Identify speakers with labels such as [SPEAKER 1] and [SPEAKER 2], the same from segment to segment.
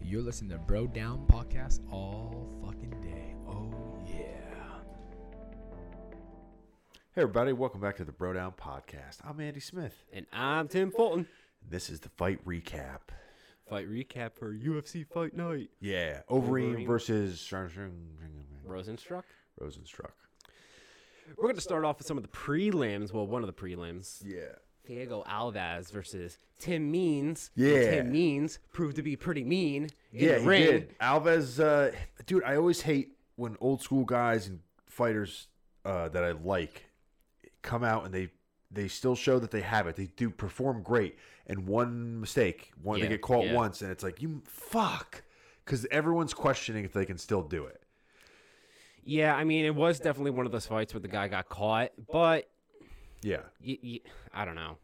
[SPEAKER 1] You're listening to Bro Down Podcast all fucking day. Oh, yeah.
[SPEAKER 2] Hey, everybody, welcome back to the Bro Down Podcast. I'm Andy Smith.
[SPEAKER 3] And I'm Tim Fulton.
[SPEAKER 2] This is the fight recap.
[SPEAKER 3] Fight recap for UFC Fight Night.
[SPEAKER 2] Yeah, Overeem,
[SPEAKER 3] Overeem.
[SPEAKER 2] versus
[SPEAKER 3] Rosenstruck.
[SPEAKER 2] Rosenstruck.
[SPEAKER 3] We're going to start off with some of the prelims. Well, one of the prelims.
[SPEAKER 2] Yeah.
[SPEAKER 3] Diego Alves versus Tim Means.
[SPEAKER 2] Yeah.
[SPEAKER 3] Tim Means proved to be pretty mean in
[SPEAKER 2] Yeah,
[SPEAKER 3] the
[SPEAKER 2] he
[SPEAKER 3] ring.
[SPEAKER 2] did. Alves, uh, dude, I always hate when old school guys and fighters uh, that I like come out and they they still show that they have it. They do perform great, and one mistake, one
[SPEAKER 3] Yeah,
[SPEAKER 2] they get caught
[SPEAKER 3] yeah.
[SPEAKER 2] once, and it's like you fuck, because everyone's questioning if they can still do it.
[SPEAKER 3] Yeah, I mean, it was definitely one of those fights where the guy got caught, but
[SPEAKER 2] Yeah,
[SPEAKER 3] y- y- I don't know.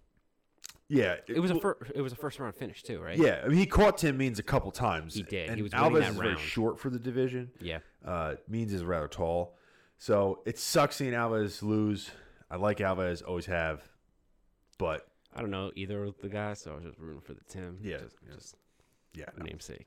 [SPEAKER 2] yeah.
[SPEAKER 3] It was a fir- it was a first round finish too, right?
[SPEAKER 2] Yeah, I mean, he caught Tim Means a couple times.
[SPEAKER 3] He did.
[SPEAKER 2] And
[SPEAKER 3] He was winning
[SPEAKER 2] Alves
[SPEAKER 3] that
[SPEAKER 2] is very
[SPEAKER 3] round.
[SPEAKER 2] short for the division.
[SPEAKER 3] Yeah.
[SPEAKER 2] Uh, Means is rather tall, so it sucks seeing Alves lose. I like Alves, always have, but
[SPEAKER 3] I don't know either of the guys, so I was just rooting for the Tim.
[SPEAKER 2] Yeah,
[SPEAKER 3] Just,
[SPEAKER 2] yeah.
[SPEAKER 3] just
[SPEAKER 2] yeah.
[SPEAKER 3] for
[SPEAKER 2] no.
[SPEAKER 3] namesake.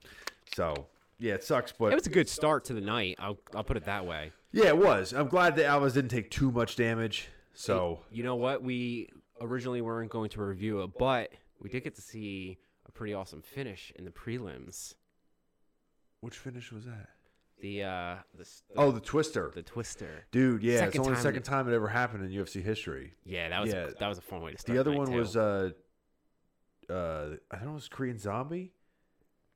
[SPEAKER 2] So yeah, it sucks, but
[SPEAKER 3] It was a good start to the night. I'll I'll put it that way.
[SPEAKER 2] yeah, it was. I'm glad that Alves didn't take too much damage. So
[SPEAKER 3] You know what? We originally weren't going to review it, but we did get to see a pretty awesome finish in the prelims.
[SPEAKER 2] which finish was that?
[SPEAKER 3] The uh the s- the,
[SPEAKER 2] Oh, the twister,
[SPEAKER 3] the twister.
[SPEAKER 2] dude. Yeah, it's
[SPEAKER 3] Second
[SPEAKER 2] only the
[SPEAKER 3] time
[SPEAKER 2] second
[SPEAKER 3] it-
[SPEAKER 2] time it ever happened in UFC history.
[SPEAKER 3] Yeah, that was
[SPEAKER 2] Yeah.
[SPEAKER 3] A, that was a fun way to start.
[SPEAKER 2] The other
[SPEAKER 3] night,
[SPEAKER 2] one
[SPEAKER 3] too.
[SPEAKER 2] was uh, uh, I don't know, it was Korean Zombie.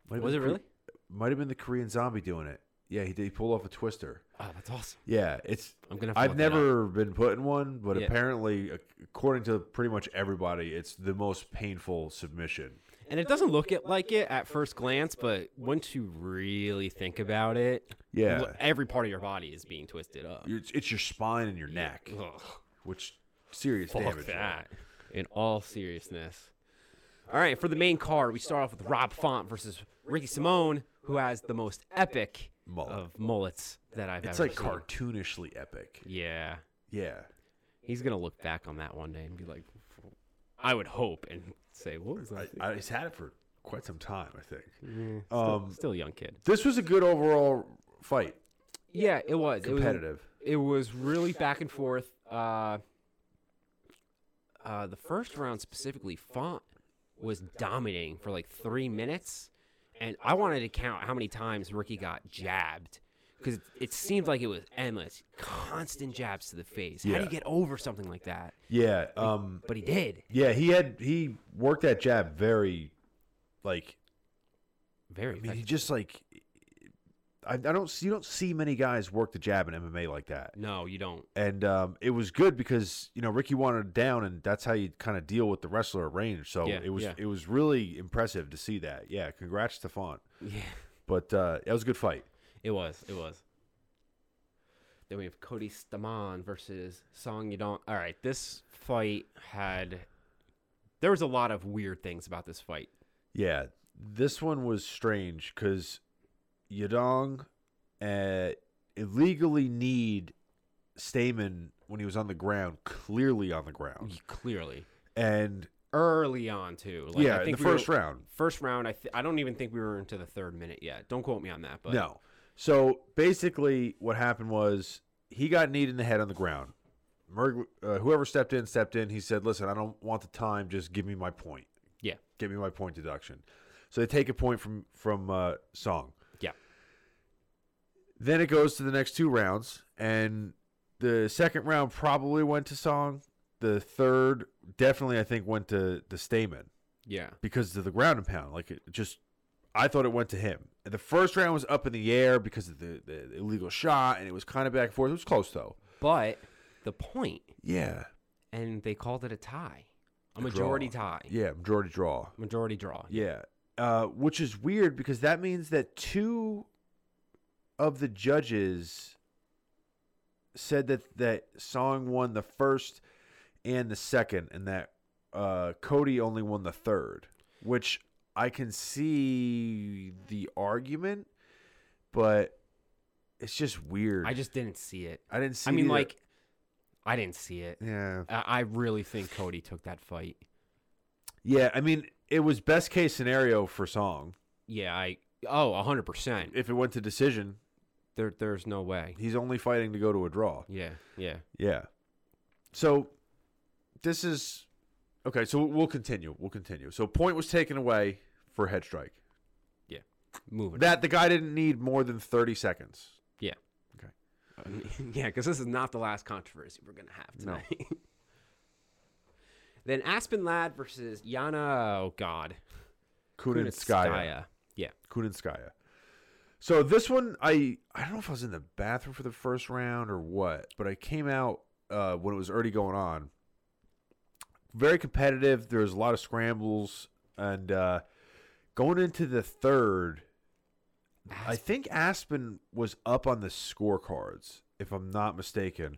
[SPEAKER 2] Might have
[SPEAKER 3] was it
[SPEAKER 2] been Kore-
[SPEAKER 3] really?
[SPEAKER 2] Might have been the Korean Zombie doing it. Yeah, he did. He pulled off a twister.
[SPEAKER 3] Oh, that's awesome.
[SPEAKER 2] Yeah, it's.
[SPEAKER 3] I'm gonna. Have to
[SPEAKER 2] I've
[SPEAKER 3] look that up.
[SPEAKER 2] never been put in one, but
[SPEAKER 3] Yeah.
[SPEAKER 2] apparently, ac- according to pretty much everybody, it's the most painful submission.
[SPEAKER 3] And it doesn't look it like it at first glance, but once you really think about it,
[SPEAKER 2] Yeah,
[SPEAKER 3] lo- every part of your body is being twisted up.
[SPEAKER 2] it's, it's your spine and your neck,
[SPEAKER 3] Ugh.
[SPEAKER 2] which serious
[SPEAKER 3] Fuck
[SPEAKER 2] damage.
[SPEAKER 3] that. In all seriousness. All right, for the main card, we start off with Rob Font versus Ricky Simone, who has the most epic
[SPEAKER 2] Mullet.
[SPEAKER 3] of mullets that I've
[SPEAKER 2] It's
[SPEAKER 3] ever
[SPEAKER 2] like
[SPEAKER 3] seen.
[SPEAKER 2] cartoonishly epic.
[SPEAKER 3] Yeah.
[SPEAKER 2] Yeah,
[SPEAKER 3] He's going to look back on that one day and be like, I would hope, and say, what was
[SPEAKER 2] I,
[SPEAKER 3] that?
[SPEAKER 2] I, he's had it for quite some time, I think.
[SPEAKER 3] Still,
[SPEAKER 2] Um,
[SPEAKER 3] still a young kid.
[SPEAKER 2] this was a good overall fight,
[SPEAKER 3] Yeah, it was. It was a-
[SPEAKER 2] competitive.
[SPEAKER 3] it was really back and forth. Uh, uh, the first round specifically, Font was dominating for like three minutes, and I wanted to count how many times Ricky got jabbed because it, it seemed like it was endless, constant jabs to the face. How do
[SPEAKER 2] Yeah.
[SPEAKER 3] you get over something like that?
[SPEAKER 2] Yeah, um,
[SPEAKER 3] But he did
[SPEAKER 2] yeah, he had he worked that jab very, like
[SPEAKER 3] very.
[SPEAKER 2] I mean, he
[SPEAKER 3] effective.
[SPEAKER 2] just like I, I don't see- you don't see many guys work the jab in MMA like that.
[SPEAKER 3] no, you don't.
[SPEAKER 2] And um, it was good because you know Ricky wanted it down, and that's how you kind of deal with the wrestler at range. So
[SPEAKER 3] Yeah,
[SPEAKER 2] it was
[SPEAKER 3] yeah.
[SPEAKER 2] it was really impressive to see that. Yeah, congrats to Font.
[SPEAKER 3] Yeah,
[SPEAKER 2] But uh, that was a good fight.
[SPEAKER 3] it was. It was. Then we have Cody Staman versus Song Yadong. All right, this fight had. There was a lot of weird things about this fight.
[SPEAKER 2] Yeah, this one was strange because Yadong uh, illegally need Stamen when he was on the ground, clearly on the ground,
[SPEAKER 3] Clearly,
[SPEAKER 2] and
[SPEAKER 3] early on too.
[SPEAKER 2] yeah, in the
[SPEAKER 3] we were-
[SPEAKER 2] first round.
[SPEAKER 3] First round. I th- I don't even think we were into the third minute yet. Don't quote me on that. But
[SPEAKER 2] No. So basically, what happened was he got kneed in the head on the ground. Merg, uh, whoever stepped in, stepped in. He said, "Listen, I don't want the time. Just give me my point.
[SPEAKER 3] Yeah.
[SPEAKER 2] Give me my point deduction." So they take a point from from uh, Song.
[SPEAKER 3] Yeah.
[SPEAKER 2] Then it goes to the next two rounds, and the second round probably went to Song. The third definitely, I think, went to the Stamen
[SPEAKER 3] yeah,
[SPEAKER 2] because of the ground and pound. Like it just, I thought it went to him. The first round was up in the air because of the, the illegal shot, and it was kind of back and forth. It was close though.
[SPEAKER 3] but the point,
[SPEAKER 2] Yeah,
[SPEAKER 3] and they called it a tie, a
[SPEAKER 2] draw.
[SPEAKER 3] majority tie,
[SPEAKER 2] yeah, majority draw.
[SPEAKER 3] majority draw.
[SPEAKER 2] Yeah, uh, which is weird because that means that two of the judges said that that Song won the first and the second, and that uh, Cody only won the third, which I can see the argument, but it's just weird.
[SPEAKER 3] I just didn't see it.
[SPEAKER 2] I didn't see.
[SPEAKER 3] I mean,
[SPEAKER 2] the-
[SPEAKER 3] like, I didn't see it.
[SPEAKER 2] yeah,
[SPEAKER 3] I I really think Cody took that fight.
[SPEAKER 2] yeah. I mean, it was best case scenario for Song.
[SPEAKER 3] Yeah, I Oh, 100%.
[SPEAKER 2] If it went to decision,
[SPEAKER 3] There, there's no way.
[SPEAKER 2] he's only fighting to go to a draw.
[SPEAKER 3] Yeah, yeah.
[SPEAKER 2] Yeah. So this is okay. So we'll continue. We'll continue. So point was taken away for head strike.
[SPEAKER 3] Moving.
[SPEAKER 2] That the guy didn't need more than thirty seconds.
[SPEAKER 3] on. yeah, because this is not the last controversy we're going to have
[SPEAKER 2] No.
[SPEAKER 3] tonight. then Aspen Ladd versus Yana, oh, God.
[SPEAKER 2] Kunitskaya. Kunitskaya. So this one, I I don't know if I was in the bathroom for the first round or what, but I came out uh, when it was already going on. Very competitive. There was a lot of scrambles, and uh, going into the third, I
[SPEAKER 3] Aspen-
[SPEAKER 2] think Aspen was up on the scorecards, if I'm not mistaken,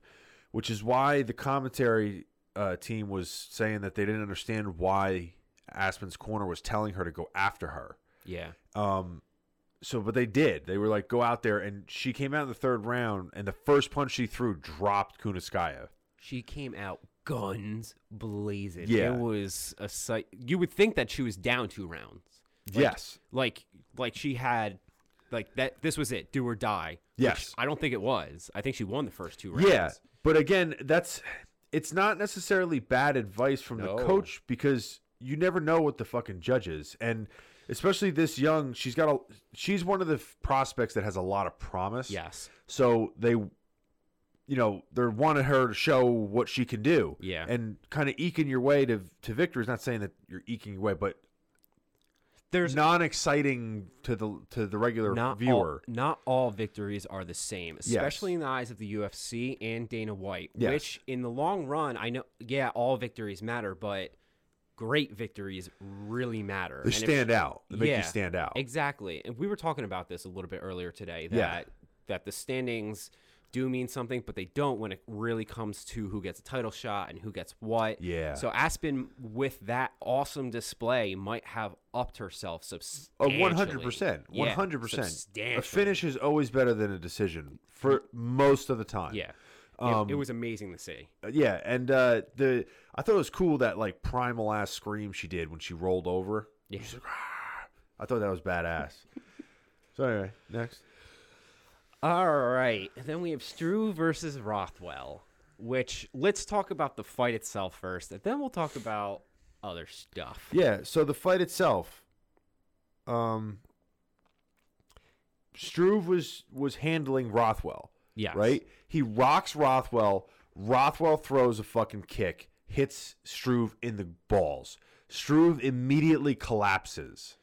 [SPEAKER 2] which is why the commentary uh, team was saying that they didn't understand why Aspen's corner was telling her to go after her.
[SPEAKER 3] yeah.
[SPEAKER 2] Um, so, but they did. They were like, go out there, and she came out in the third round, and the first punch she threw dropped Kuniskaya.
[SPEAKER 3] She came out guns blazing.
[SPEAKER 2] Yeah.
[SPEAKER 3] It was a sight. You would think that she was down two rounds. Like,
[SPEAKER 2] yes,
[SPEAKER 3] Like, like she had, like that. This was it. Do or die. which
[SPEAKER 2] Yes.
[SPEAKER 3] I don't think it was. I think she won the first two rounds.
[SPEAKER 2] yeah. But again, that's it's not necessarily bad advice from
[SPEAKER 3] No.
[SPEAKER 2] the coach because you never know what the fucking judge is, and especially this young, she's got a she's one of the f- prospects that has a lot of promise.
[SPEAKER 3] Yes.
[SPEAKER 2] So they, you know, they wanted her to show what she can do.
[SPEAKER 3] Yeah.
[SPEAKER 2] And kind of eking your way to to victory is not saying that you're eking your way, but
[SPEAKER 3] There's
[SPEAKER 2] non-exciting to the to the regular
[SPEAKER 3] not
[SPEAKER 2] viewer.
[SPEAKER 3] All, not all victories are the same, especially in the eyes of the UFC and Dana White.
[SPEAKER 2] Yes.
[SPEAKER 3] Which, in the long run, I know. Yeah, all victories matter, but great victories really matter.
[SPEAKER 2] they
[SPEAKER 3] And if
[SPEAKER 2] stand out. They make
[SPEAKER 3] Yeah,
[SPEAKER 2] you stand out.
[SPEAKER 3] Exactly. And we were talking about this a little bit earlier today that
[SPEAKER 2] Yeah.
[SPEAKER 3] that the standings do mean something, but they don't when it really comes to who gets a title shot and who gets what.
[SPEAKER 2] Yeah.
[SPEAKER 3] So Aspen with that awesome display might have upped herself
[SPEAKER 2] Oh,
[SPEAKER 3] substantially.
[SPEAKER 2] one hundred percent,
[SPEAKER 3] Yeah,
[SPEAKER 2] one hundred percent. A
[SPEAKER 3] substantially.
[SPEAKER 2] finish is always better than a decision for most of the time.
[SPEAKER 3] Yeah. It-
[SPEAKER 2] Um,
[SPEAKER 3] it, was amazing to see.
[SPEAKER 2] Uh, yeah. And uh, the I thought it was cool that like primal ass scream she did when she rolled over.
[SPEAKER 3] Yeah.
[SPEAKER 2] I thought that was badass. so anyway, next.
[SPEAKER 3] All right. Then we have Strew versus Rothwell, which let's talk about the fight itself first, and then we'll talk about other stuff.
[SPEAKER 2] Yeah, so the fight itself, um, Struve was was handling Rothwell,
[SPEAKER 3] Yes.
[SPEAKER 2] right? He rocks Rothwell. Rothwell throws a fucking kick, hits Struve in the balls. Struve immediately collapses.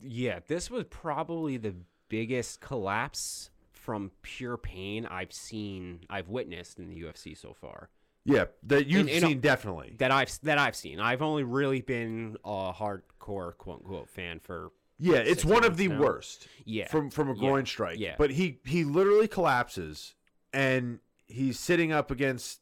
[SPEAKER 3] Yeah, this was probably the biggest collapse from pure pain I've seen, I've witnessed in the UFC so far.
[SPEAKER 2] Yeah, that you've
[SPEAKER 3] in a-
[SPEAKER 2] seen definitely.
[SPEAKER 3] That I've that I've seen. I've only really been a hardcore quote unquote fan for
[SPEAKER 2] Yeah, it's
[SPEAKER 3] six
[SPEAKER 2] one of
[SPEAKER 3] rounds
[SPEAKER 2] the
[SPEAKER 3] now.
[SPEAKER 2] worst.
[SPEAKER 3] Yeah,
[SPEAKER 2] from from a
[SPEAKER 3] yeah,
[SPEAKER 2] groin strike.
[SPEAKER 3] yeah.
[SPEAKER 2] but he he literally collapses and he's sitting up against,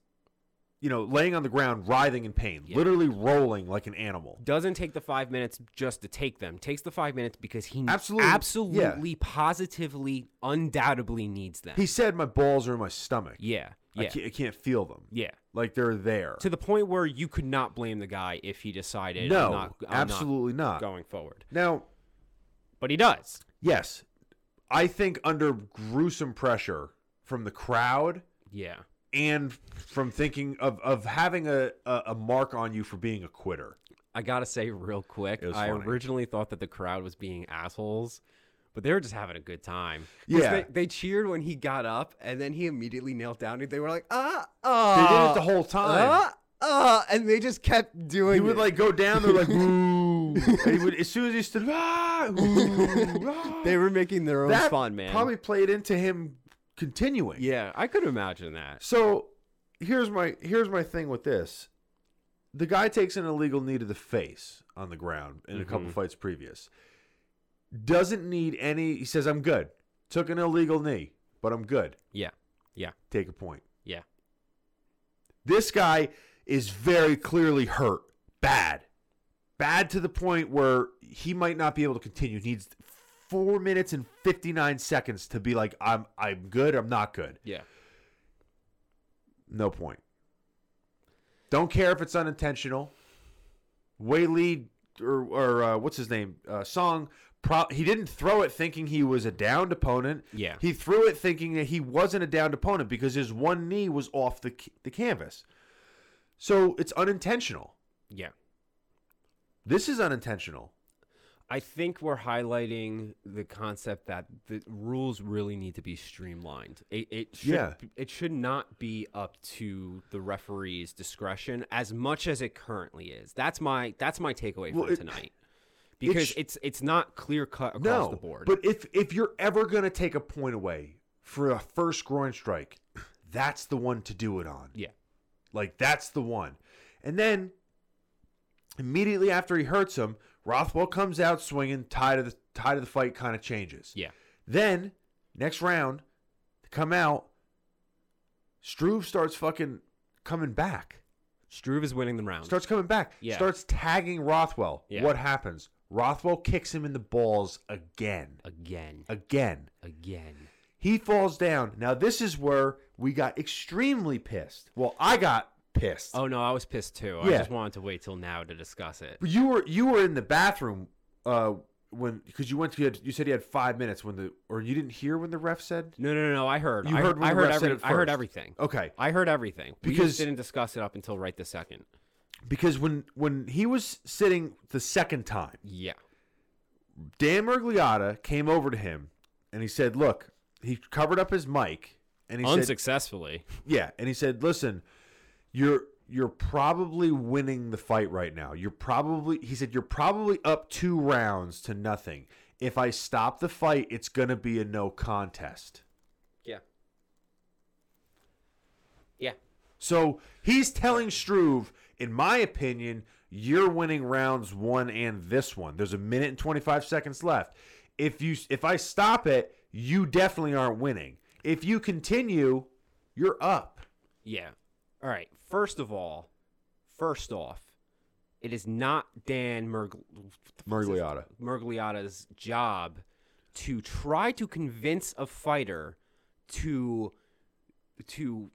[SPEAKER 2] you know, laying on the ground, writhing in pain,
[SPEAKER 3] Yeah.
[SPEAKER 2] literally rolling like an animal.
[SPEAKER 3] doesn't take the five minutes just to take them. Takes the five minutes because he
[SPEAKER 2] Absolutely, yeah.
[SPEAKER 3] absolutely, positively, undoubtedly needs them.
[SPEAKER 2] He said, "My balls are in my stomach.
[SPEAKER 3] yeah,
[SPEAKER 2] I,
[SPEAKER 3] yeah,
[SPEAKER 2] can't, I can't feel them.
[SPEAKER 3] yeah.
[SPEAKER 2] Like they're there."
[SPEAKER 3] To the point where you could not blame the guy if he decided
[SPEAKER 2] no,
[SPEAKER 3] I'm not, I'm
[SPEAKER 2] absolutely not.
[SPEAKER 3] not going forward,
[SPEAKER 2] Now,
[SPEAKER 3] but he does.
[SPEAKER 2] yes, I think under gruesome pressure from the crowd
[SPEAKER 3] Yeah.
[SPEAKER 2] and from thinking of of having a a, a mark on you for being a quitter.
[SPEAKER 3] I gotta say real quick,
[SPEAKER 2] It was
[SPEAKER 3] I
[SPEAKER 2] funny.
[SPEAKER 3] originally thought that the crowd was being assholes, but they were just having a good time. 'Cause
[SPEAKER 2] Yeah.
[SPEAKER 3] they, they cheered when he got up, and then he immediately knelt down, and they were like, ah,
[SPEAKER 2] They
[SPEAKER 3] ah,
[SPEAKER 2] did it the whole time.
[SPEAKER 3] ah, ah, and they just kept doing.
[SPEAKER 2] He would
[SPEAKER 3] it.
[SPEAKER 2] like go down there like woo. and he would, as soon as he stood, ah, woo, ah."
[SPEAKER 3] they were making their own
[SPEAKER 2] that
[SPEAKER 3] fun, man.
[SPEAKER 2] Probably played into him continuing.
[SPEAKER 3] Yeah, I could imagine that.
[SPEAKER 2] So here's my here's my thing with this. The guy takes an illegal knee to the face on the ground in a couple fights previous. Doesn't need any. He says, "I'm good. Took an illegal knee, but I'm good.
[SPEAKER 3] Yeah, yeah,
[SPEAKER 2] Take a point."
[SPEAKER 3] yeah.
[SPEAKER 2] This guy is very clearly hurt. Bad. Bad to the point where he might not be able to continue. He needs four minutes and fifty nine seconds to be like, I'm I'm good, I'm not good.
[SPEAKER 3] Yeah.
[SPEAKER 2] No point. Don't care if it's unintentional. Whaley or or uh, what's his name? Uh, Song Pro- he didn't throw it thinking he was a downed opponent.
[SPEAKER 3] Yeah.
[SPEAKER 2] He threw it thinking that he wasn't a downed opponent because his one knee was off the ca- the canvas. So it's unintentional.
[SPEAKER 3] Yeah.
[SPEAKER 2] This is unintentional.
[SPEAKER 3] I think we're highlighting the concept that the rules really need to be streamlined. It, it should,
[SPEAKER 2] Yeah.
[SPEAKER 3] it should not be up to the referee's discretion as much as it currently is. That's my that's my takeaway
[SPEAKER 2] Well,
[SPEAKER 3] from
[SPEAKER 2] it-
[SPEAKER 3] tonight. Because
[SPEAKER 2] sh-
[SPEAKER 3] it's it's not clear cut across
[SPEAKER 2] no,
[SPEAKER 3] the board.
[SPEAKER 2] but if if you're ever gonna take a point away for a first groin strike, that's the one to do it on.
[SPEAKER 3] yeah.
[SPEAKER 2] Like that's the one. And then immediately after he hurts him, Rothwell comes out swinging. Tide of the tide of the fight kind of changes.
[SPEAKER 3] Yeah.
[SPEAKER 2] Then next round, they come out. Struve starts fucking coming back.
[SPEAKER 3] Struve is winning the round.
[SPEAKER 2] Starts coming back.
[SPEAKER 3] Yeah.
[SPEAKER 2] Starts tagging Rothwell.
[SPEAKER 3] Yeah.
[SPEAKER 2] What happens? Rothwell kicks him in the balls again.
[SPEAKER 3] again.
[SPEAKER 2] Again.
[SPEAKER 3] Again.
[SPEAKER 2] He falls down. Now this is where we got extremely pissed. Well, I got pissed.
[SPEAKER 3] Oh no, I was pissed too. I
[SPEAKER 2] Yeah.
[SPEAKER 3] just wanted to wait till now to discuss it.
[SPEAKER 2] But you were you were in the bathroom uh when because you went to you, had, you said you had five minutes when the or you didn't hear when the ref said
[SPEAKER 3] No, no, no, no. I heard.
[SPEAKER 2] You
[SPEAKER 3] I
[SPEAKER 2] heard when
[SPEAKER 3] I
[SPEAKER 2] the
[SPEAKER 3] heard
[SPEAKER 2] ref said
[SPEAKER 3] every,
[SPEAKER 2] it
[SPEAKER 3] I heard
[SPEAKER 2] first.
[SPEAKER 3] everything.
[SPEAKER 2] okay
[SPEAKER 3] I heard everything. Because we
[SPEAKER 2] Because-
[SPEAKER 3] just didn't discuss it up until right this second.
[SPEAKER 2] because when when he was sitting the second time
[SPEAKER 3] Yeah.
[SPEAKER 2] Dan Mergliotta came over to him and he said look he covered up his mic and he said
[SPEAKER 3] Unsuccessfully.
[SPEAKER 2] yeah and he said listen you're you're probably winning the fight right now you're probably he said you're probably up two rounds to nothing if I stop the fight it's gonna be a no contest.
[SPEAKER 3] Yeah. Yeah.
[SPEAKER 2] So he's telling Struve, in my opinion, you're winning rounds one and this one. There's a minute and 25 seconds left. If you if I stop it, you definitely aren't winning. If you continue, you're up.
[SPEAKER 3] Yeah. All right. First of all, first off, it is not Dan Merg-
[SPEAKER 2] Mergliotta.
[SPEAKER 3] Mergliotta's job to try to convince a fighter to to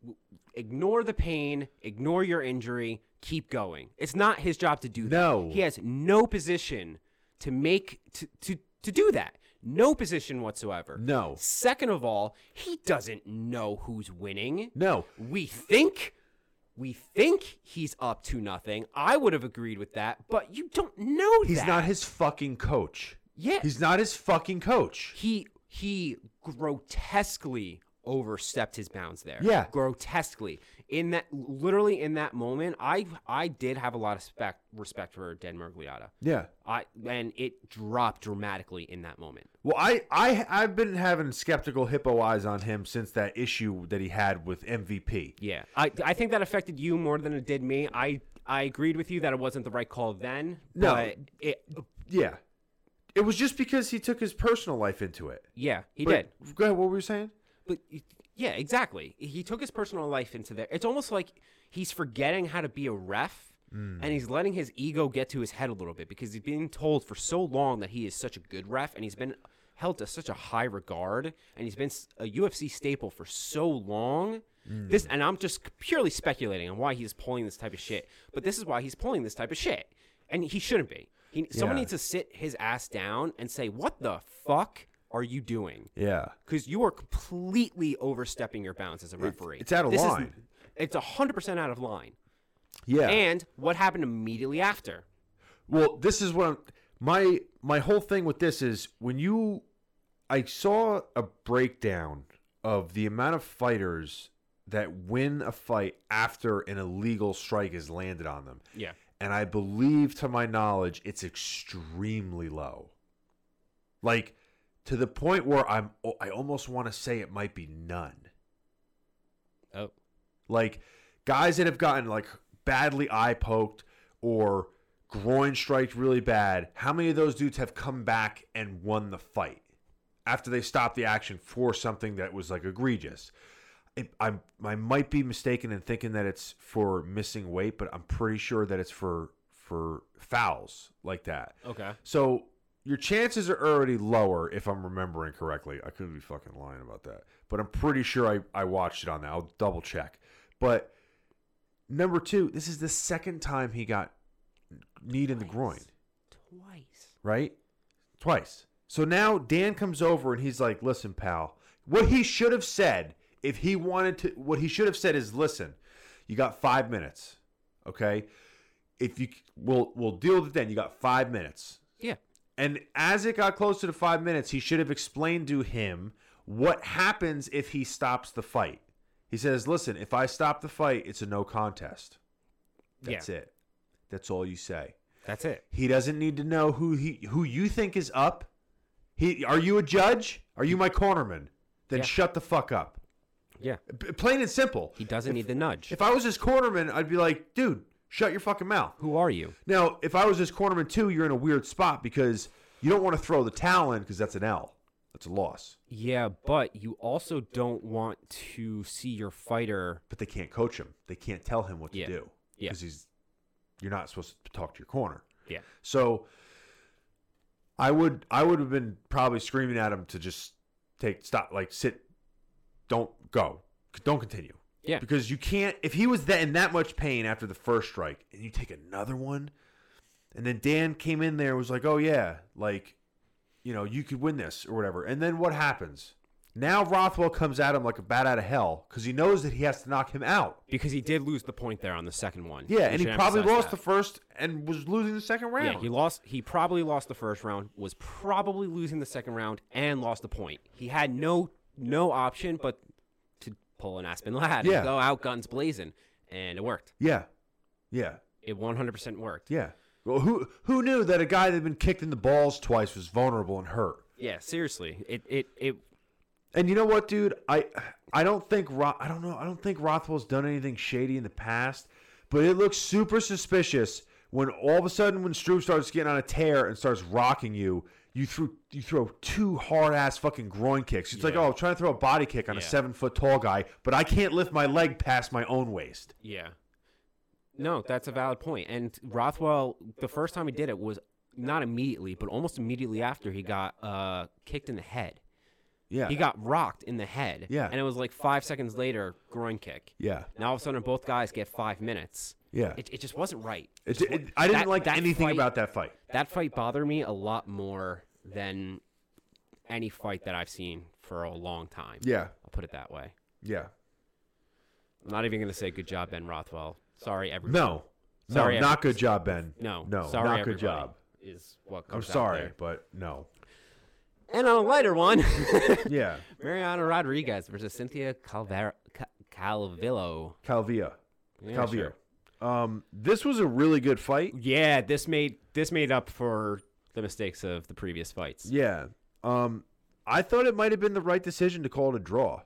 [SPEAKER 3] ignore the pain, ignore your injury, keep going. It's not his job to do that.
[SPEAKER 2] No.
[SPEAKER 3] He has no position to make to to, to do that. No position whatsoever.
[SPEAKER 2] No.
[SPEAKER 3] Second of all, he doesn't know who's winning.
[SPEAKER 2] No.
[SPEAKER 3] We think we think he's up to nothing. I would have agreed with that, but you don't know
[SPEAKER 2] He's
[SPEAKER 3] that.
[SPEAKER 2] not his fucking coach.
[SPEAKER 3] Yeah.
[SPEAKER 2] He's not his fucking coach.
[SPEAKER 3] he he grotesquely overstepped his bounds there.
[SPEAKER 2] Yeah.
[SPEAKER 3] grotesquely. In that, literally in that moment, I I did have a lot of spec, respect for Dan Mergliotta.
[SPEAKER 2] Yeah.
[SPEAKER 3] I and it dropped dramatically in that moment.
[SPEAKER 2] Well, I, I I've been having skeptical hippo eyes on him since that issue that he had with MVP.
[SPEAKER 3] Yeah, I I think that affected you more than it did me. I I agreed with you that it wasn't the right call then.
[SPEAKER 2] No.
[SPEAKER 3] but it
[SPEAKER 2] Yeah. It was just because he took his personal life into it.
[SPEAKER 3] yeah he
[SPEAKER 2] But-
[SPEAKER 3] did.
[SPEAKER 2] Go ahead. What were you saying?
[SPEAKER 3] But y- yeah, exactly. He took his personal life into there. It's almost like he's forgetting how to be a ref. And he's letting his ego get to his head a little bit because he's being told for so long that he is such a good ref and he's been held to such a high regard and he's been s- a UFC staple for so long. This and I'm just purely speculating on why he's pulling this type of shit. But this is why he's pulling this type of shit. And he shouldn't be. He, someone
[SPEAKER 2] Yeah.
[SPEAKER 3] needs to sit his ass down and say, "What the fuck are you doing?"
[SPEAKER 2] Yeah.
[SPEAKER 3] because you are completely overstepping your bounds as a referee.
[SPEAKER 2] it's out of
[SPEAKER 3] This is-
[SPEAKER 2] line.
[SPEAKER 3] It's hundred percent out of line.
[SPEAKER 2] Yeah.
[SPEAKER 3] And what happened immediately after?
[SPEAKER 2] well, this is what I'm, my my whole thing with this is when you I saw a breakdown of the amount of fighters that win a fight after an illegal strike is landed on them.
[SPEAKER 3] Yeah,
[SPEAKER 2] And I believe to my knowledge it's extremely low. Like to the point where I'm I almost want to say it might be none.
[SPEAKER 3] oh,
[SPEAKER 2] like guys that have gotten like badly eye poked or groin striked really bad how many of those dudes have come back and won the fight after they stopped the action for something that was like egregious it, I'm, i might be mistaken in thinking that it's for missing weight but i'm pretty sure that it's for for fouls like that
[SPEAKER 3] okay,
[SPEAKER 2] so your chances are already lower if I'm remembering correctly. I could be fucking lying about that, but I'm pretty sure I, I watched it on that. I'll double check. But number two, this is the second time he got kneed in the groin,
[SPEAKER 3] twice.
[SPEAKER 2] right? Twice. So now Dan comes over and he's like, "Listen, pal. What he should have said if he wanted to what he should have said is, "Listen, you got 5 minutes. Okay? If you we'll we'll deal with it then. You got 5 minutes."
[SPEAKER 3] Yeah.
[SPEAKER 2] And as it got close to the 5 minutes, he should have explained to him what happens if he stops the fight. He says, "Listen, if I stop the fight, it's a no contest." That's
[SPEAKER 3] yeah.
[SPEAKER 2] it. That's all you say.
[SPEAKER 3] That's it.
[SPEAKER 2] He doesn't need to know who he who you think is up. He are you a judge? Are you my cornerman? Then
[SPEAKER 3] Yeah.
[SPEAKER 2] shut the fuck up.
[SPEAKER 3] Yeah.
[SPEAKER 2] B- plain and simple.
[SPEAKER 3] He doesn't need the nudge.
[SPEAKER 2] If I was his cornerman, I'd be like, dude, shut your fucking mouth.
[SPEAKER 3] Who are you?
[SPEAKER 2] Now, if I was his cornerman too, you're in a weird spot because you don't want to throw the towel in because that's an L. That's a loss.
[SPEAKER 3] Yeah, but you also don't want to see your fighter.
[SPEAKER 2] But they can't coach him. They can't tell him what to
[SPEAKER 3] Yeah.
[SPEAKER 2] do
[SPEAKER 3] Yeah.
[SPEAKER 2] because he's you're not supposed to talk to your corner.
[SPEAKER 3] Yeah.
[SPEAKER 2] So I would I would have been probably screaming at him to just take stop like sit don't go don't continue.
[SPEAKER 3] Yeah.
[SPEAKER 2] Because you can't if he was that in that much pain after the first strike and you take another one and then Dan came in there and was like, "Oh yeah, like you know, you could win this or whatever." And then what happens? Now Rothwell comes at him like a bat out of hell cuz he knows that he has to knock him out.
[SPEAKER 3] Because he did lose the point there on the second one.
[SPEAKER 2] Yeah,
[SPEAKER 3] We
[SPEAKER 2] and he
[SPEAKER 3] should
[SPEAKER 2] probably
[SPEAKER 3] emphasize
[SPEAKER 2] lost
[SPEAKER 3] that.
[SPEAKER 2] the first and was losing the second round.
[SPEAKER 3] Yeah, he lost. He probably lost the first round. Was probably losing the second round and lost the point. He had no no option but to pull an Aspen Lad
[SPEAKER 2] Yeah.
[SPEAKER 3] and go out guns blazing, and it worked.
[SPEAKER 2] yeah. Yeah.
[SPEAKER 3] It 100% worked.
[SPEAKER 2] Yeah. Well, who who knew that a guy that had been kicked in the balls twice was vulnerable and hurt?
[SPEAKER 3] Yeah, seriously. It it it.
[SPEAKER 2] And you know what, dude? I I don't think Ro- I don't know. I don't think Rothwell's done anything shady in the past, but it looks super suspicious when all of a sudden when Stroop starts getting on a tear and starts rocking you, you threw you throw two hard ass fucking groin kicks. It's like,
[SPEAKER 3] Yeah.
[SPEAKER 2] oh, I'm trying to throw a body kick on a
[SPEAKER 3] Yeah.
[SPEAKER 2] seven foot tall guy, but I can't lift my leg past my own waist.
[SPEAKER 3] Yeah. No, that's a valid point. And Rothwell, the first time he did it was not immediately, but almost immediately after he got uh kicked in the head.
[SPEAKER 2] Yeah.
[SPEAKER 3] He got rocked in the head.
[SPEAKER 2] Yeah.
[SPEAKER 3] And it was like five seconds later, groin kick.
[SPEAKER 2] yeah.
[SPEAKER 3] Now all of a sudden, both guys get five minutes.
[SPEAKER 2] Yeah.
[SPEAKER 3] It, it just wasn't right.
[SPEAKER 2] It,
[SPEAKER 3] Just wa-
[SPEAKER 2] it- I didn't
[SPEAKER 3] that-
[SPEAKER 2] like
[SPEAKER 3] that
[SPEAKER 2] anything
[SPEAKER 3] fight-
[SPEAKER 2] about that fight.
[SPEAKER 3] that fight. Bothered me a lot more than any fight that I've seen for a long time.
[SPEAKER 2] Yeah.
[SPEAKER 3] I'll put it that way.
[SPEAKER 2] Yeah.
[SPEAKER 3] I'm not even gonna say good job, Ben Rothwell. Sorry, everyone.
[SPEAKER 2] No. No,
[SPEAKER 3] Sorry,
[SPEAKER 2] not good job, Ben.
[SPEAKER 3] no,
[SPEAKER 2] No,
[SPEAKER 3] Sorry,
[SPEAKER 2] not good
[SPEAKER 3] everybody,
[SPEAKER 2] job.
[SPEAKER 3] Is what
[SPEAKER 2] I'm
[SPEAKER 3] comes out
[SPEAKER 2] sorry,
[SPEAKER 3] there.
[SPEAKER 2] but no.
[SPEAKER 3] And on a lighter one,
[SPEAKER 2] Yeah.
[SPEAKER 3] Mariana Rodriguez versus Cynthia Calver- Ca- Calvillo.
[SPEAKER 2] Calvia.
[SPEAKER 3] Yeah,
[SPEAKER 2] Calvia.
[SPEAKER 3] sure.
[SPEAKER 2] Um, this was a really good fight.
[SPEAKER 3] Yeah, this made this made up for the mistakes of the previous fights.
[SPEAKER 2] Yeah. Um, I thought it might have been the right decision to call it a draw.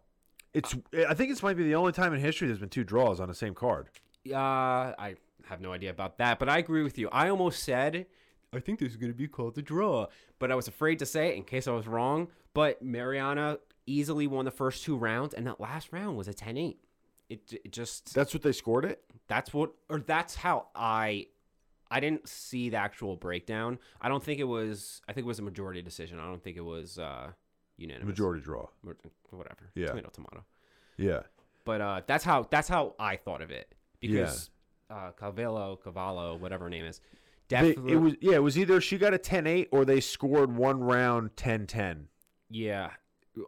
[SPEAKER 2] It's. I think this might be the only time in history there's been two draws on the same card.
[SPEAKER 3] Uh, I have no idea about that, but I agree with you. I almost said, I think this is going to be called the draw, but I was afraid to say it in case I was wrong. But Mariana easily won the first two rounds, and that last round was a 10 8. It, it just,
[SPEAKER 2] That's what they scored it.
[SPEAKER 3] that's what, or that's how I. I didn't see the actual breakdown. I don't think it was. I think it was a majority decision. I don't think it was uh, unanimous.
[SPEAKER 2] Majority draw.
[SPEAKER 3] Or- Whatever.
[SPEAKER 2] Yeah.
[SPEAKER 3] Tomato, tomato.
[SPEAKER 2] Yeah.
[SPEAKER 3] But uh, that's how that's how I thought of it because uh, Cavallo, Cavallo, whatever her name is,
[SPEAKER 2] They-
[SPEAKER 3] definitely
[SPEAKER 2] it was. Yeah. It was either she got a 10-8 or they scored one round 10-10.
[SPEAKER 3] yeah.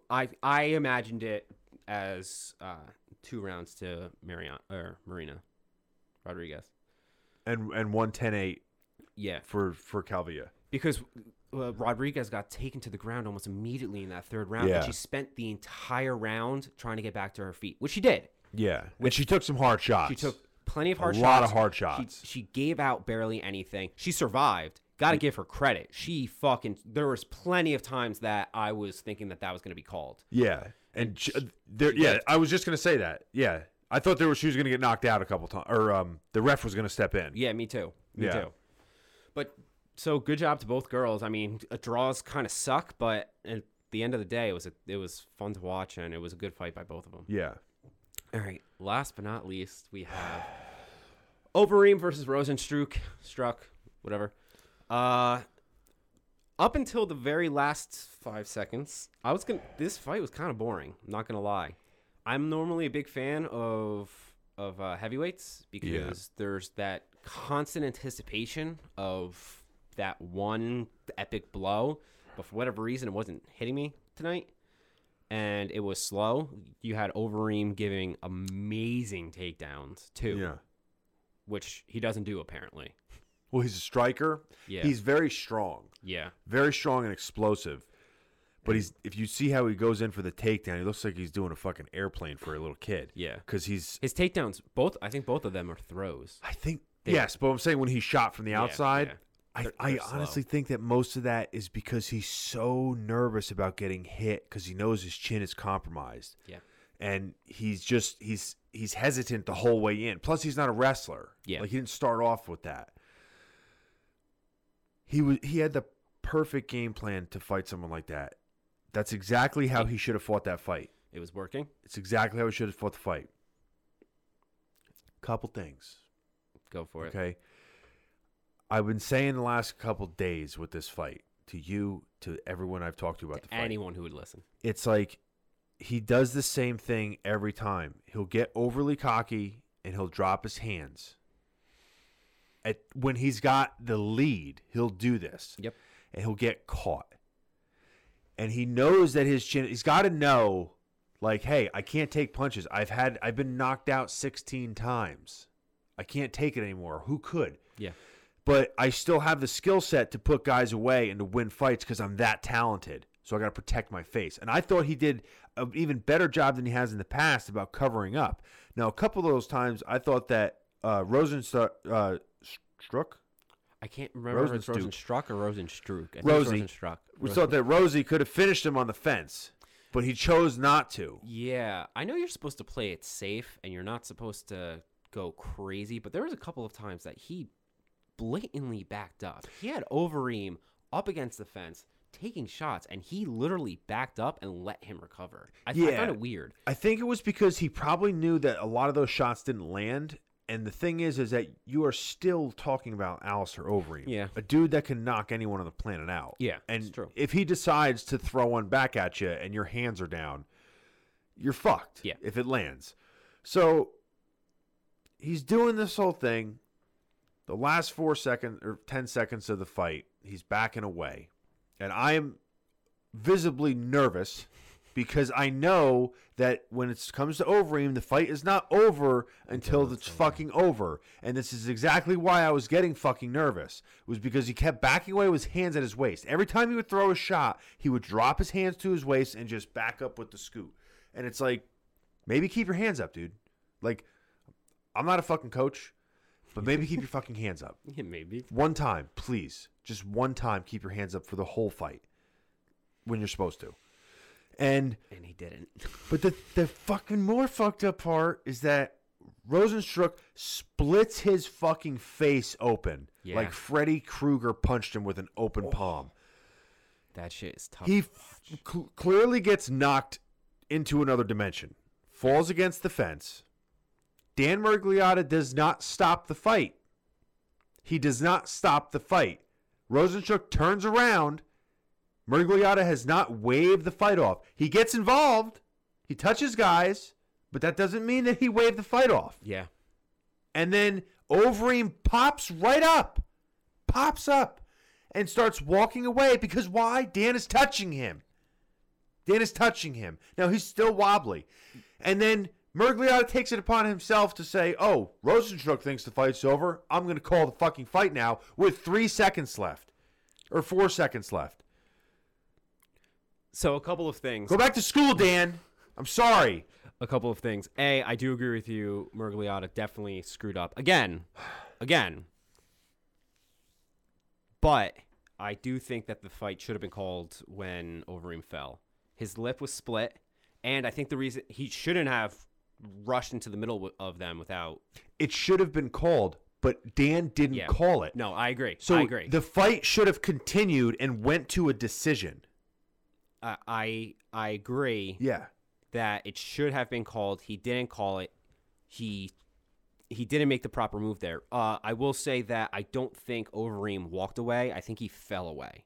[SPEAKER 3] I I imagined it as uh, two rounds to Mariana or Marina Rodriguez.
[SPEAKER 2] and and one 10-8
[SPEAKER 3] Yeah,
[SPEAKER 2] for for Calvia.
[SPEAKER 3] because uh, Rodriguez got taken to the ground almost immediately in that third round,
[SPEAKER 2] Yeah.
[SPEAKER 3] and she spent the entire round trying to get back to her feet, which she did.
[SPEAKER 2] Yeah, and she took some hard shots.
[SPEAKER 3] She took plenty of hard
[SPEAKER 2] a
[SPEAKER 3] shots.
[SPEAKER 2] lot of hard
[SPEAKER 3] She-
[SPEAKER 2] shots.
[SPEAKER 3] She, gave out barely anything. She survived. Got to give her credit. She fucking. There was plenty of times that I was thinking that that was going to be called.
[SPEAKER 2] Yeah, and j- there. Yeah, I was just gonna say that. Yeah, I thought there was she was gonna get knocked out a couple times, or um, the ref was gonna step in.
[SPEAKER 3] Yeah, me too. Me
[SPEAKER 2] Yeah.
[SPEAKER 3] too. But so good job to both girls. I mean, uh, draws kind of suck, but at the end of the day, it was a, it was fun to watch and it was a good fight by both of them.
[SPEAKER 2] Yeah,
[SPEAKER 3] All right. Last but not least, we have Overeem versus Rosenstruck, struck, whatever. Uh, up until the very last five seconds, I was gonna. This fight was kind of boring. I'm not gonna lie. I'm normally a big fan of of uh, heavyweights because there's that constant anticipation of that one epic blow. but for whatever reason, it wasn't hitting me tonight, and it was slow. You had Overeem giving amazing takedowns too,
[SPEAKER 2] Yeah.
[SPEAKER 3] which he doesn't do apparently.
[SPEAKER 2] Well, he's a striker.
[SPEAKER 3] Yeah,
[SPEAKER 2] He's very strong,
[SPEAKER 3] yeah,
[SPEAKER 2] very strong and explosive. But he's if you see how he goes in for the takedown, he looks like he's doing a fucking airplane for a little kid.
[SPEAKER 3] yeah.
[SPEAKER 2] Because he's,
[SPEAKER 3] His takedowns, both I think both of them are throws.
[SPEAKER 2] I think,
[SPEAKER 3] They-
[SPEAKER 2] yes. But I'm saying when he shot from the
[SPEAKER 3] Yeah,
[SPEAKER 2] outside,
[SPEAKER 3] yeah.
[SPEAKER 2] I,
[SPEAKER 3] They're-
[SPEAKER 2] I
[SPEAKER 3] they're slow.
[SPEAKER 2] honestly think that most of that is because he's so nervous about getting hit because he knows his chin is compromised.
[SPEAKER 3] Yeah.
[SPEAKER 2] And he's just he's he's hesitant the whole way in. Plus, he's not a wrestler.
[SPEAKER 3] Yeah.
[SPEAKER 2] Like he didn't start off with that. He was he had the perfect game plan to fight someone like that. That's exactly how he should have fought that fight.
[SPEAKER 3] It was working.
[SPEAKER 2] It's exactly how he should have fought the fight. Couple things.
[SPEAKER 3] Go for it.
[SPEAKER 2] Okay. I've been saying the last couple days with this fight to you, to everyone I've talked to about
[SPEAKER 3] To
[SPEAKER 2] the fight.
[SPEAKER 3] anyone who would listen.
[SPEAKER 2] It's like he does the same thing every time. He'll get overly cocky and he'll drop his hands. At when he's got the lead, he'll do this
[SPEAKER 3] Yep.
[SPEAKER 2] and he'll get caught. And he knows that his chin he's got to know like hey, I can't take punches. I've had I've been knocked out 16 times. I can't take it anymore. Who could?
[SPEAKER 3] Yeah.
[SPEAKER 2] but I still have the skill set to put guys away and to win fights because I'm that talented. So I got to protect my face. And I thought he did an even better job than he has in the past about covering up. Now, a couple of those times, I thought that uh, Rosenstruck, uh, Struck?
[SPEAKER 3] I can't remember if it's
[SPEAKER 2] Rosenstruck.
[SPEAKER 3] Rosenstruck or Rosenstruck. I think it's
[SPEAKER 2] Rosie.
[SPEAKER 3] Rosenstruck.
[SPEAKER 2] We
[SPEAKER 3] Rosen-
[SPEAKER 2] thought that Rosie could have finished him on the fence, but he chose not to.
[SPEAKER 3] Yeah, I know you're supposed to play it safe and you're not supposed to go crazy, but there was a couple of times that he blatantly backed up. He had Overeem up against the fence taking shots and he literally backed up and let him recover. I, I
[SPEAKER 2] Yeah.
[SPEAKER 3] found it weird.
[SPEAKER 2] I think it was because he probably knew that a lot of those shots didn't land. And the thing is, is that you are still talking about Alistair Overeem,
[SPEAKER 3] Yeah.
[SPEAKER 2] a dude that can knock anyone on the planet out.
[SPEAKER 3] Yeah,
[SPEAKER 2] and
[SPEAKER 3] it's true.
[SPEAKER 2] if he decides to throw one back at you and your hands are down, you're fucked.
[SPEAKER 3] Yeah.
[SPEAKER 2] if it lands. So he's doing this whole thing. The last four seconds or ten seconds of the fight, he's backing away, and I am visibly nervous because I know that when it comes to Overeem, the fight is not over until it's fucking over. And this is exactly why I was getting fucking nervous. Was because he kept backing away with his hands at his waist. Every time he would throw a shot, he would drop his hands to his waist and just back up with the scoot. And it's like, maybe keep your hands up, dude. Like, I'm not a fucking coach, but maybe keep your fucking hands up.
[SPEAKER 3] Yeah, maybe.
[SPEAKER 2] One time, please. Just one time, keep your hands up for the whole fight when you're supposed to. And
[SPEAKER 3] And he didn't.
[SPEAKER 2] but the the fucking more fucked up part is that Rosenstruck splits his fucking face open
[SPEAKER 3] Yeah.
[SPEAKER 2] like Freddy Krueger punched him with an open palm.
[SPEAKER 3] That shit is tough.
[SPEAKER 2] He f- cl- clearly gets knocked into another dimension, falls against the fence. Dan Mergliotta does not stop the fight. He does not stop the fight. Rosenstruck turns around. Mergliotta has not waved the fight off. He gets involved. He touches guys, but that doesn't mean that he waved the fight off.
[SPEAKER 3] yeah.
[SPEAKER 2] And then Overeem pops right up, pops up, and starts walking away because why? Dan is touching him. Dan is touching him. Now he's still wobbly. And then Mergliotta takes it upon himself to say, Oh, Rosenstruck thinks the fight's over. I'm going to call the fucking fight now with three seconds left or four seconds left.
[SPEAKER 3] So a couple of things.
[SPEAKER 2] Go back to school, Dan. I'm sorry.
[SPEAKER 3] a couple of things. A, I do agree with you. Mergliotta definitely screwed up again, again. But I do think that the fight should have been called when Overeem fell. His lip was split, and I think the reason he shouldn't have rushed into the middle wi- of them without.
[SPEAKER 2] It should have been called, but Dan didn't
[SPEAKER 3] Yeah.
[SPEAKER 2] call it.
[SPEAKER 3] No, I agree.
[SPEAKER 2] So
[SPEAKER 3] I agree.
[SPEAKER 2] the fight should have continued and went to a decision.
[SPEAKER 3] I I I agree.
[SPEAKER 2] Yeah.
[SPEAKER 3] that it should have been called. He didn't call it. He he didn't make the proper move there. Uh, I will say that I don't think Overeem walked away. I think he fell away.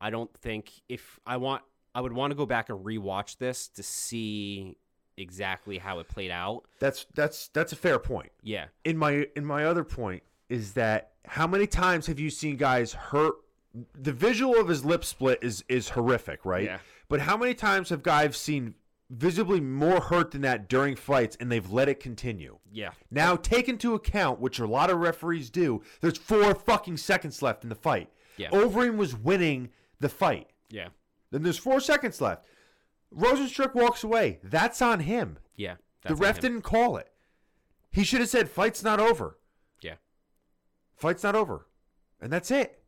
[SPEAKER 3] I don't think if I want, I would want to go back and rewatch this to see exactly how it played out.
[SPEAKER 2] That's that's that's a fair point.
[SPEAKER 3] Yeah,
[SPEAKER 2] In my in my other point is that how many times have you seen guys hurt the visual of his lip split is is horrific, right?
[SPEAKER 3] Yeah.
[SPEAKER 2] But how many times have guys seen visibly more hurt than that during fights, and they've let it continue?
[SPEAKER 3] Yeah.
[SPEAKER 2] Now, take into account, which a lot of referees do, there's four fucking seconds left in the fight.
[SPEAKER 3] Yeah.
[SPEAKER 2] Overeem was winning the fight.
[SPEAKER 3] Yeah.
[SPEAKER 2] Then there's four seconds left. Rosenstruck walks away. That's on him.
[SPEAKER 3] Yeah.
[SPEAKER 2] the
[SPEAKER 3] that's on
[SPEAKER 2] ref
[SPEAKER 3] him.
[SPEAKER 2] didn't call it. He should have said, fight's not over.
[SPEAKER 3] Yeah.
[SPEAKER 2] Fight's not over. And that's it.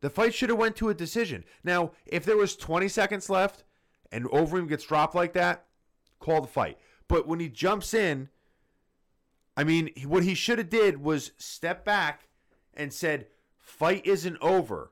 [SPEAKER 2] The fight should have went to a decision. Now, if there was 20 seconds left and Overeem gets dropped like that, call the fight. But when he jumps in, I mean, he- what he should have did was step back and said, "Fight isn't over."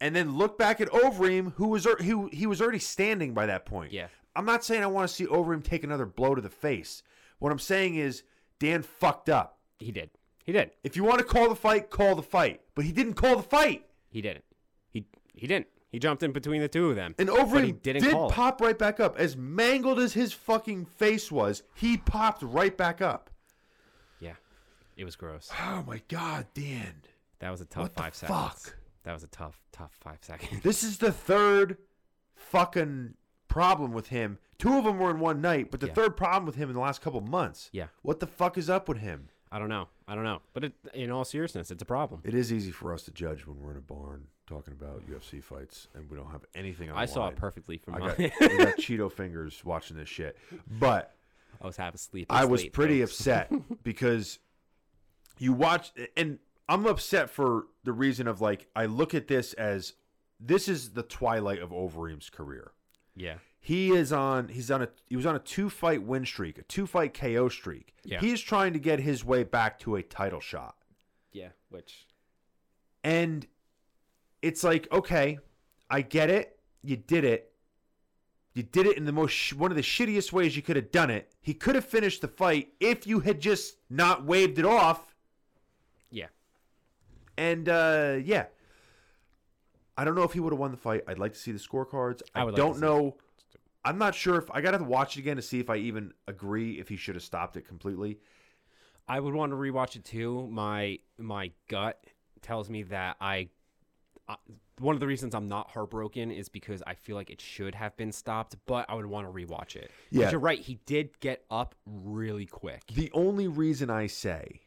[SPEAKER 2] And then look back at Overeem, who was al- who he was already standing by that point.
[SPEAKER 3] Yeah.
[SPEAKER 2] I'm not saying I want to see Overeem take another blow to the face. What I'm saying is Dan fucked up.
[SPEAKER 3] He did. He did.
[SPEAKER 2] If you want to call the fight, call the fight. But he didn't call the fight.
[SPEAKER 3] He didn't. He he didn't. He jumped in between the two of them.
[SPEAKER 2] And
[SPEAKER 3] But he
[SPEAKER 2] Overeem
[SPEAKER 3] didn't
[SPEAKER 2] did
[SPEAKER 3] call it.
[SPEAKER 2] pop right back up. As mangled as his fucking face was, he popped right back up.
[SPEAKER 3] Yeah. It was gross.
[SPEAKER 2] Oh my god, Dan.
[SPEAKER 3] That was a tough
[SPEAKER 2] What the
[SPEAKER 3] five seconds.
[SPEAKER 2] fuck?
[SPEAKER 3] That was a tough, tough five seconds.
[SPEAKER 2] This is the third fucking problem with him. Two of them were in one night, but the
[SPEAKER 3] Yeah.
[SPEAKER 2] third problem with him in the last couple months.
[SPEAKER 3] Yeah.
[SPEAKER 2] What the fuck is up with him?
[SPEAKER 3] I don't know. I don't know. But it, in all seriousness, it's a problem.
[SPEAKER 2] It is easy for us to judge when we're in a barn talking about UFC fights and we don't have anything on
[SPEAKER 3] I saw it perfectly from
[SPEAKER 2] I
[SPEAKER 3] my.
[SPEAKER 2] got, I got Cheeto fingers watching this shit. But
[SPEAKER 3] I was half asleep.
[SPEAKER 2] I was
[SPEAKER 3] asleep,
[SPEAKER 2] pretty
[SPEAKER 3] folks.
[SPEAKER 2] upset because you watch, and I'm upset for the reason of like, I look at this as this is the twilight of Overeem's career.
[SPEAKER 3] Yeah.
[SPEAKER 2] He is on. He's on a. He was on a two-fight win streak, a two-fight KO streak.
[SPEAKER 3] Yeah.
[SPEAKER 2] He is trying to get his way back to a title shot,
[SPEAKER 3] Yeah. Which.
[SPEAKER 2] and it's like, okay, I get it. You did it. You did it in the most sh- one of the shittiest ways you could have done it. He could have finished the fight if you had just not waved it off
[SPEAKER 3] Yeah.
[SPEAKER 2] And uh, yeah, I don't know if he would have won the fight. I'd like to see the scorecards. I,
[SPEAKER 3] I would like
[SPEAKER 2] don't
[SPEAKER 3] to see the
[SPEAKER 2] know. I'm not sure if I got to watch it again to see if I even agree if he should have stopped it completely.
[SPEAKER 3] I would want to rewatch it too. My my gut tells me that I, I one of the reasons I'm not heartbroken is because I feel like it should have been stopped, but I would want to rewatch it. 'Cause
[SPEAKER 2] Yeah.
[SPEAKER 3] you're right. He did get up really quick.
[SPEAKER 2] The only reason I say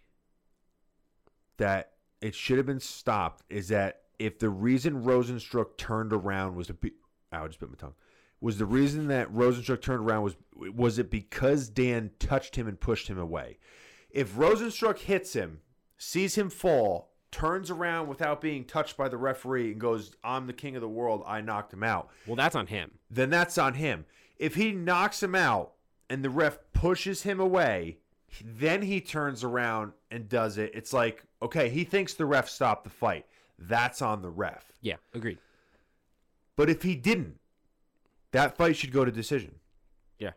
[SPEAKER 2] that it should have been stopped is that if the reason Rosenstruck turned around was to be, ow, I just bit my tongue. Was the reason that Rosenstruck turned around was was it because Dan touched him and pushed him away? If Rosenstruck hits him, sees him fall, turns around without being touched by the referee, and goes, "I'm the king of the world. I knocked him out."
[SPEAKER 3] Well, that's on him.
[SPEAKER 2] then that's on him. If he knocks him out and the ref pushes him away, then he turns around and does it. It's like, okay, he thinks the ref stopped the fight. That's on the ref.
[SPEAKER 3] Yeah. Agreed.
[SPEAKER 2] But if he didn't, that fight should go to decision.
[SPEAKER 3] Yeah.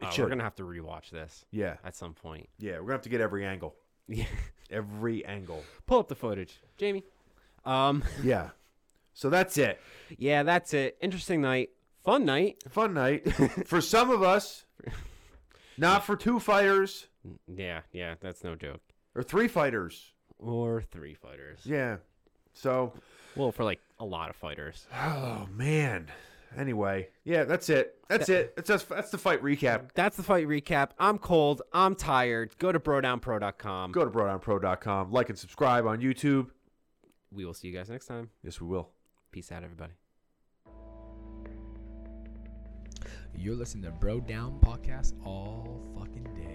[SPEAKER 2] It
[SPEAKER 3] Uh,
[SPEAKER 2] should.
[SPEAKER 3] we're gonna have to rewatch this
[SPEAKER 2] yeah.
[SPEAKER 3] at some point.
[SPEAKER 2] Yeah. We're going to have to get every angle.
[SPEAKER 3] Yeah.
[SPEAKER 2] Every angle.
[SPEAKER 3] Pull up the footage, Jamie. Um.
[SPEAKER 2] Yeah. So that's it.
[SPEAKER 3] Yeah, that's it. Interesting night. Fun night.
[SPEAKER 2] Fun night for some of us. Not for two fighters
[SPEAKER 3] Yeah, yeah, that's no joke.
[SPEAKER 2] or three fighters.
[SPEAKER 3] Or three fighters.
[SPEAKER 2] Yeah. So
[SPEAKER 3] Well, for like a lot of fighters.
[SPEAKER 2] Oh man. Anyway, yeah, that's it. That's it. That's us- that's the fight recap.
[SPEAKER 3] That's the fight recap. I'm cold. I'm tired. Go to brodownpro.com.
[SPEAKER 2] Go to brodownpro.com, like and subscribe on YouTube.
[SPEAKER 3] We will see you guys next time.
[SPEAKER 2] Yes, we will.
[SPEAKER 3] Peace out, everybody.
[SPEAKER 1] You're listening to Bro Down Podcast all fucking day. Oh,